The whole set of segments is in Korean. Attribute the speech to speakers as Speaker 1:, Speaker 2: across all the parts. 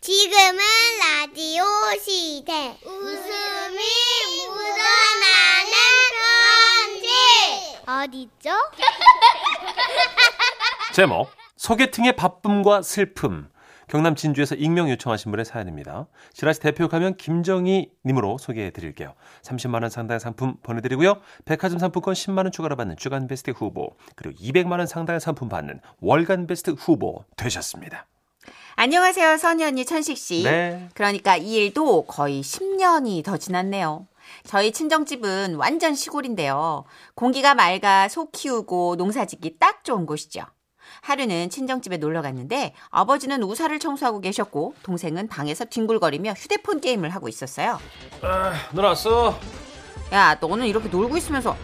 Speaker 1: 지금은 라디오 시대. 웃음이 묻어나는 편지. 어디죠?
Speaker 2: 제목 소개팅의 바쁨과 슬픔 경남 진주에서 익명 요청하신 분의 사연입니다. 지라시 대표 가면 김정희 님으로 소개해 드릴게요. 30만 원 상당의 상품 보내드리고요. 백화점 상품권 10만 원 추가로 받는 주간 베스트 후보 그리고 200만 원 상당의 상품 받는 월간 베스트 후보 되셨습니다.
Speaker 3: 안녕하세요, 선희 언니, 천식 씨.
Speaker 2: 네.
Speaker 3: 그러니까 이 일도 거의 10년이 더 지났네요. 저희 친정집은 완전 시골인데요. 공기가 맑아 소 키우고 농사 짓기 딱 좋은 곳이죠. 하루는 친정집에 놀러 갔는데 아버지는 우사를 청소하고 계셨고 동생은 방에서 뒹굴거리며 휴대폰 게임을 하고 있었어요.
Speaker 2: 누나 왔어?
Speaker 3: 야, 너는 이렇게 놀고 있으면서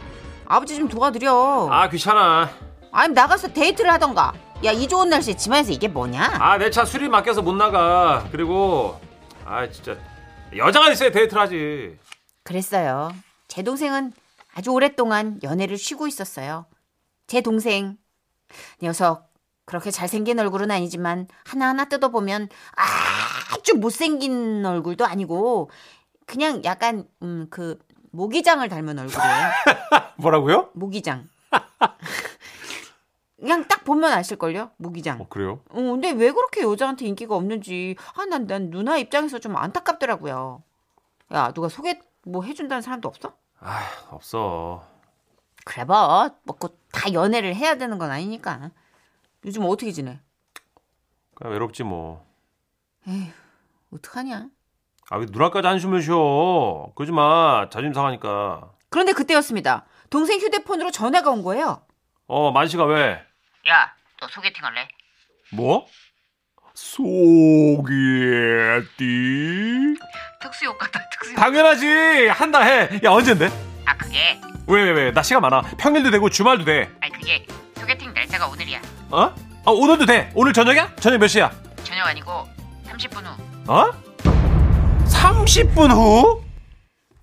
Speaker 3: 아버지 좀 도와드려.
Speaker 2: 아 귀찮아.
Speaker 3: 아니, 나가서 데이트를 하던가. 야, 이 좋은 날씨에 집안에서 이게 뭐냐?
Speaker 2: 아 내 차 수리 맡겨서 못 나가. 그리고 아 진짜 여자가 있어야 데이트를 하지.
Speaker 3: 그랬어요. 제 동생은 아주 오랫동안 연애를 쉬고 있었어요. 제 동생 녀석 그렇게 잘생긴 얼굴은 아니지만 하나하나 뜯어보면 아주 못생긴 얼굴도 아니고 그냥 약간 음, 그 모기장을 닮은 얼굴이에요.
Speaker 2: 뭐라고요?
Speaker 3: 모기장. 그냥 딱 보면 아실걸요? 모기장.
Speaker 2: 어 그래요?
Speaker 3: 어, 근데 왜 그렇게 여자한테 인기가 없는지 아, 난, 난 누나 입장에서 좀 안타깝더라고요. 야, 누가 소개 뭐 해준다는 사람도 없어?
Speaker 2: 아 없어.
Speaker 3: 그래 봐. 뭐다 연애를 해야 되는 건 아니니까. 요즘 어떻게 지내?
Speaker 2: 그냥 외롭지 뭐.
Speaker 3: 어떡하냐?
Speaker 2: 아, 왜 누나까지 한숨을 쉬어? 그러지 마. 자존심 상하니까.
Speaker 3: 그런데 그때였습니다. 동생 휴대폰으로 전화가 온 거예요.
Speaker 2: 어, 만씨가 왜?
Speaker 3: 야, 너 소개팅 할래?
Speaker 2: 뭐? 소개팅?
Speaker 3: 특수효 같다, 특수효.
Speaker 2: 당연하지. 한다 해. 야, 언젠데?
Speaker 3: 아, 그게,
Speaker 2: 왜, 왜, 왜? 나 시간 많아. 평일도 되고 주말도 돼.
Speaker 3: 아니 그게 소개팅 날짜가 오늘이야.
Speaker 2: 어? 아, 오늘도 돼. 오늘 저녁이야? 저녁 몇 시야?
Speaker 3: 저녁 아니고 30분 후.
Speaker 2: 어? 30분 후?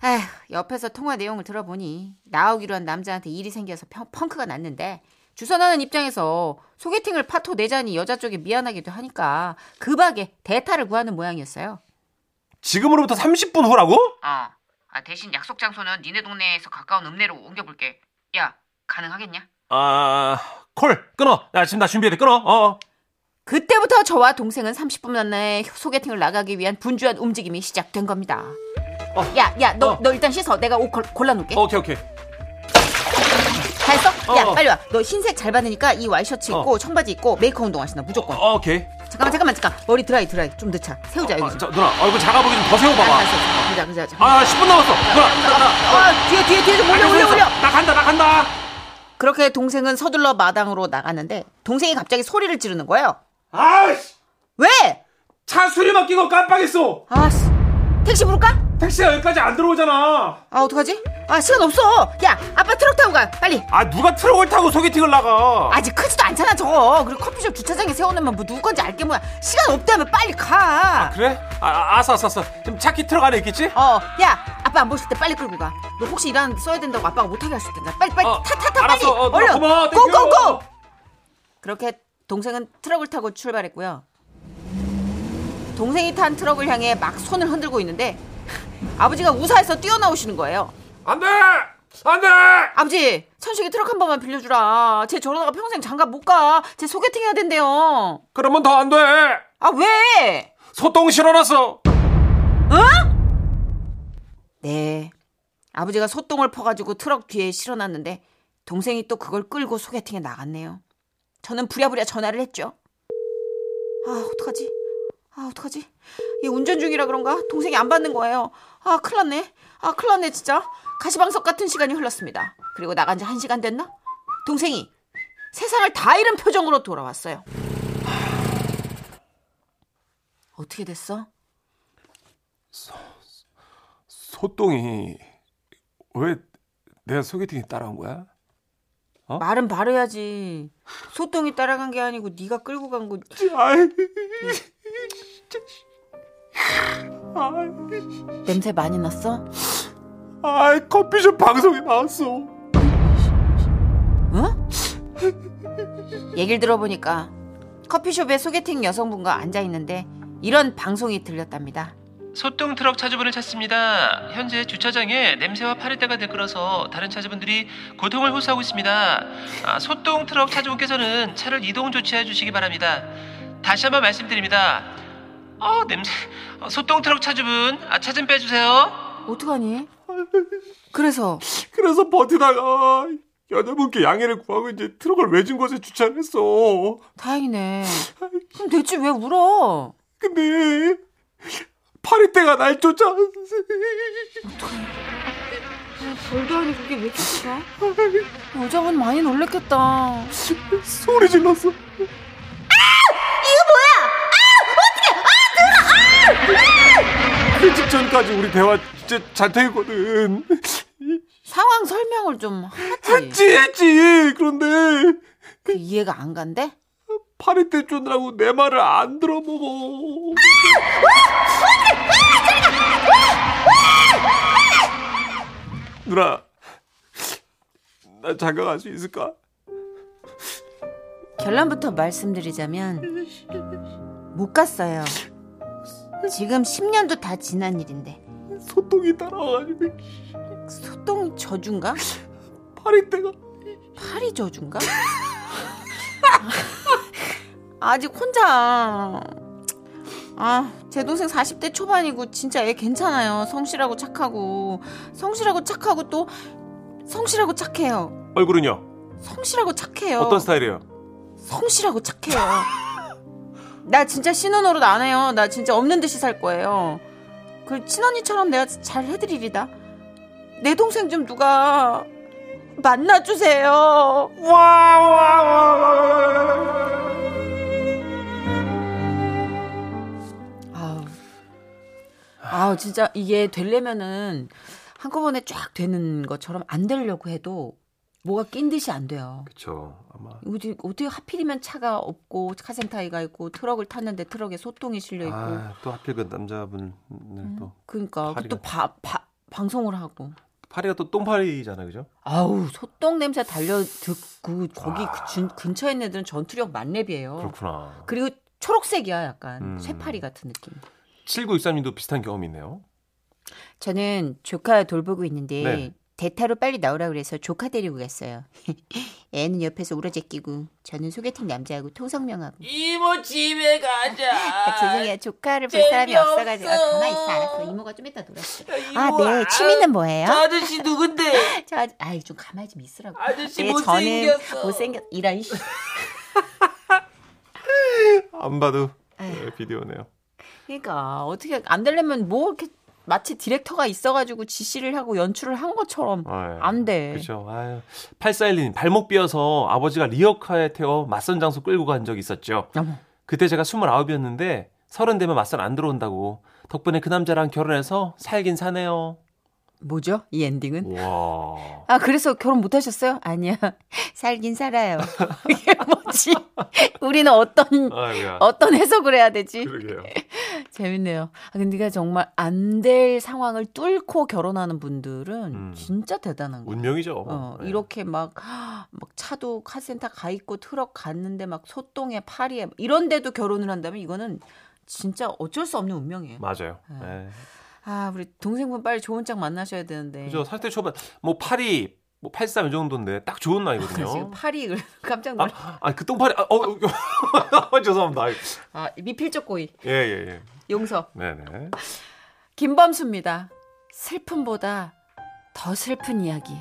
Speaker 3: 아휴, 옆에서 통화 내용을 들어보니 나오기로 한 남자한테 일이 생겨서 펑- 펑크가 났는데 주선하는 입장에서 소개팅을 파토 내자니 여자 쪽에 미안하기도 하니까 급하게 대타를 구하는 모양이었어요.
Speaker 2: 지금으로부터 30분 후라고?
Speaker 3: 어. 아, 대신 약속 장소는 니네 동네에서 가까운 읍내로 옮겨볼게. 야, 가능하겠냐?
Speaker 2: 아, 콜. 끊어. 야, 지금 나 준비해야 돼. 끊어. 어.
Speaker 3: 그때부터 저와 동생은 30분 만에 소개팅을 나가기 위한 분주한 움직임이 시작된 겁니다.
Speaker 2: 어.
Speaker 3: 야, 야, 너,
Speaker 2: 어.
Speaker 3: 너 일단 씻어. 내가 옷 골- 골라놓을게.
Speaker 2: 오케이, 오케이.
Speaker 3: 다 했어?
Speaker 2: 어,
Speaker 3: 야,
Speaker 2: 어.
Speaker 3: 빨리 와. 너 흰색 잘 받으니까 이 와이셔츠 입고 청바지 입고 메이크 운동화 신어. 무조건.
Speaker 2: 어, 오케이.
Speaker 3: 잠깐만, 잠깐만, 잠깐. 머리 드라이, 드라이. 좀 늦자. 세우자,
Speaker 2: 아,
Speaker 3: 여기 좀.
Speaker 2: 자, 누나 얼굴 작아 보기 좀 더
Speaker 3: 아,
Speaker 2: 세워봐봐.
Speaker 3: 알았어, 알았어. 그자, 그자, 그자.
Speaker 2: 아 10분 남았어. 누나 누나 누나.
Speaker 3: 아, 뒤에, 뒤에, 뒤에 좀 올려, 올려, 올려.
Speaker 2: 나 간다 나 간다.
Speaker 3: 그렇게 동생은 서둘러 마당으로 나가는데 동생이 갑자기 소리를 지르는 거예요.
Speaker 2: 아이씨
Speaker 3: 왜?
Speaker 2: 차 수리 맡기고 깜빡했어.
Speaker 3: 아씨 택시 부를까?
Speaker 2: 택시가 여기까지 안 들어오잖아.
Speaker 3: 아 어떡하지? 아 시간 없어 야 아빠 트럭 타고 가 빨리
Speaker 2: 아 누가 트럭을 타고 소개팅을 나가?
Speaker 3: 아직 크지도 않잖아 저거 그리고 커피숍 주차장에 세워놓으면 뭐 누구 건지 알게 뭐야 시간 없다면 빨리 가어야
Speaker 2: 그래? 아, 아 아싸 아싸 아싸. 지금 차키 트럭 안에 있겠지?
Speaker 3: 어, 아빠 안 보실 때 빨리 끌고 가너 혹시 일하는데 써야 된다고 아빠가 못하게 할 수 있겠나 빨리 빨리
Speaker 2: 어,
Speaker 3: 타 타 타 빨리
Speaker 2: 알았어. 어, 누나
Speaker 3: 얼른
Speaker 2: 고마워. 땡큐.
Speaker 3: 고고고 그렇게 동생은 트럭을 타고 출발했고요 동생이 탄 트럭을 향해 막 손을 흔들고 있는데 아버지가 우사에서 뛰어나오시는 거예요
Speaker 2: 안돼 안돼.
Speaker 3: 아버지, 천식이 트럭 한 번만 빌려주라. 쟤 저러다가 평생 장가 못 가. 쟤 소개팅 해야 된대요.
Speaker 2: 그러면 더 안 돼.
Speaker 3: 아, 왜?
Speaker 2: 소똥 실어놨어.
Speaker 3: 네. 아버지가 소똥을 퍼가지고 트럭 뒤에 실어놨는데 동생이 또 그걸 끌고 소개팅에 나갔네요. 저는 부랴부랴 전화를 했죠. 아, 어떡하지? 아, 어떡하지? 얘 운전 중이라 그런가? 동생이 안 받는 거예요. 아, 큰일 났네. 아, 큰일 났네, 진짜. 가시방석 같은 시간이 흘렀습니다. 그리고 나간 지 한 시간 됐나? 동생이 세상을 다 잃은 표정으로 돌아왔어요. 어떻게 됐어?
Speaker 4: 소똥이 왜 내 소개팅에 따라온 거야?
Speaker 3: 말은 바로 해야지. 소똥이 따라간 게 아니고 네가 끌고 간 거. 냄새 많이 났어?
Speaker 4: 아, 커피숍 방송에 나왔어.
Speaker 3: 응? 얘기를 들어보니까 커피숍에 소개팅 여성분과 앉아 있는데 이런 방송이 들렸답니다.
Speaker 5: 소똥 트럭 차주분을 찾습니다. 현재 주차장에 냄새와 파리떼가 들끓어서 다른 차주분들이 고통을 호소하고 있습니다. 아, 소똥 트럭 차주분께서는 차를 이동 조치해 주시기 바랍니다. 다시 한번 말씀드립니다. 어 냄새 어, 소똥 트럭 차주분 아, 차 좀 빼주세요.
Speaker 3: 어떡하니? 그래서
Speaker 4: 그래서 버티다가 여자분께 양해를 구하고 이제 트럭을 외진 곳에 주차를 했어.
Speaker 3: 다행이네. 그럼 대체 왜 울어?
Speaker 4: 근데 파리떼가 날 쫓아.
Speaker 3: 별도 아니고 그게 왜 이렇게 크다? 여장은 많이 놀랬겠다.
Speaker 4: 소리 질렀어. 아! 이거 뭐야? 아! 어떡해! 아! 들어! 아! 그 직전까지 우리 대화 진짜 잘 되거든. 예.
Speaker 3: 상황 설명을 좀 하지.
Speaker 4: 했지, 했지. 그런데
Speaker 3: 그 이해가 안 간대?
Speaker 4: 파리떼 쫓느라고 내 말을 안 들어보고. 누나, 나 장가갈 수 있을까?
Speaker 3: 결론부터 말씀드리자면 못 갔어요. 지금 10년도 다 지난 일인데
Speaker 4: 소똥이 따라와가지고
Speaker 3: 소똥 저준가?
Speaker 4: 파리떼가
Speaker 3: 파리 저준가? 아직 혼자 아, 제 동생 40대 초반이고 진짜 애 괜찮아요. 성실하고 착하고 성실하고 착하고 또 성실하고 착해요.
Speaker 2: 얼굴은요?
Speaker 3: 성실하고 착해요.
Speaker 2: 어떤 스타일이에요?
Speaker 3: 성실하고 착해요. 나 진짜 신혼으로 안 해요. 나 진짜 없는 듯이 살 거예요. 그 친언니처럼 내가 잘 해드리리다. 내 동생 좀 누가 만나주세요. 아우, 아우 진짜 이게 되려면은 한꺼번에 쫙 되는 것처럼 안 되려고 해도 뭐가 낀 듯이 안 돼요.
Speaker 2: 그쵸. 아마.
Speaker 3: 어디, 어떻게 하필이면 차가 없고 카센타이가 있고 트럭을 탔는데 트럭에 소똥이 실려 있고
Speaker 2: 아, 또 하필 그 남자분을 또.
Speaker 3: 그러니까
Speaker 2: 파리가-
Speaker 3: 또 바, 바- 방송을 하고
Speaker 2: 파리가 또 똥파리잖아요, 그죠?
Speaker 3: 아우 소똥 냄새 달려 듣고 거기
Speaker 6: 아.
Speaker 3: 그 준- 근처에 있는 애들은 전투력 만렙이에요.
Speaker 2: 그렇구나.
Speaker 3: 그리고 초록색이야 약간
Speaker 2: 음.
Speaker 3: 쇠파리 같은 느낌.
Speaker 2: 7963님도 비슷한 경험이 있네요.
Speaker 3: 저는 조카 돌보고 있는데
Speaker 2: 네.
Speaker 3: 대타로 빨리 나오라 그래서 조카 데리고 갔어요. 애는 옆에서 우러제끼고 저는 소개팅 남자하고 통성명하고 그러니까
Speaker 6: 이모 뭐 집에 가자.
Speaker 3: 조카를
Speaker 6: 볼 사람이 없어가지고. 아, 가만히 있어. 알았어.
Speaker 3: 이모가 좀 이따 놀았어.
Speaker 6: 이모,
Speaker 3: 아, 네. 취미는 뭐예요?
Speaker 6: 저 아저씨 누군데?
Speaker 3: 저 아저- 아이 좀 가만히 좀 있으라고.
Speaker 6: 예, 아저씨
Speaker 3: 네,
Speaker 6: 못생겼어.
Speaker 3: 저는 못생겼 이런 씨.
Speaker 2: 안 봐도 예, 비디오네요.
Speaker 3: 그러니까 어떻게 안 되려면 뭐 이렇게 마치 디렉터가 있어가지고 지시를 하고 연출을 한 것처럼
Speaker 2: 아, 예.
Speaker 3: 안 돼.
Speaker 2: 그렇죠. 아유. 8411님 발목 삐어서 아버지가 리어카에 태워 맞선 장소 끌고 간 적이 있었죠.
Speaker 3: 어머.
Speaker 2: 그때 제가 29이었는데 30 되면 맞선 안 들어온다고 덕분에 그 남자랑 결혼해서 살긴 사네요.
Speaker 3: 뭐죠? 이 엔딩은?
Speaker 2: 와.
Speaker 3: 아 그래서 결혼 못 하셨어요? 아니야. 살긴 살아요. 이게 뭐지? 우리는 어떤
Speaker 2: 아이고야.
Speaker 3: 어떤 해석을 해야 되지?
Speaker 2: 그러게요.
Speaker 3: 재밌네요. 아, 근데 가 정말 안 될 상황을 뚫고 결혼하는 분들은
Speaker 2: 음.
Speaker 3: 진짜 대단한 거예요.
Speaker 2: 운명이죠.
Speaker 3: 어,
Speaker 2: 예.
Speaker 3: 이렇게 막, 막 차도 카센터 가 있고 트럭 갔는데 막 소똥에 파리에 이런데도 결혼을 한다면 이거는 진짜 어쩔 수 없는 운명이에요.
Speaker 2: 맞아요.
Speaker 3: 예.
Speaker 2: 예.
Speaker 3: 아 우리 동생분 빨리 좋은 짝 만나셔야 되는데.
Speaker 2: 그죠. 40대 초반 뭐 파리 뭐 83 이 정도인데 딱 좋은
Speaker 3: 지금
Speaker 2: 나이거든요.
Speaker 3: 파리 깜짝 놀라.
Speaker 2: 아, 아, 그 똥파리. 아, 어, 어, 죄송합니다. 아이고.
Speaker 3: 아 미필적 고의
Speaker 2: 예, 예, 예.
Speaker 3: 용서.
Speaker 2: 네, 네.
Speaker 3: 김범수입니다. 슬픔보다 더 슬픈 이야기.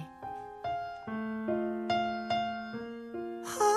Speaker 7: 아,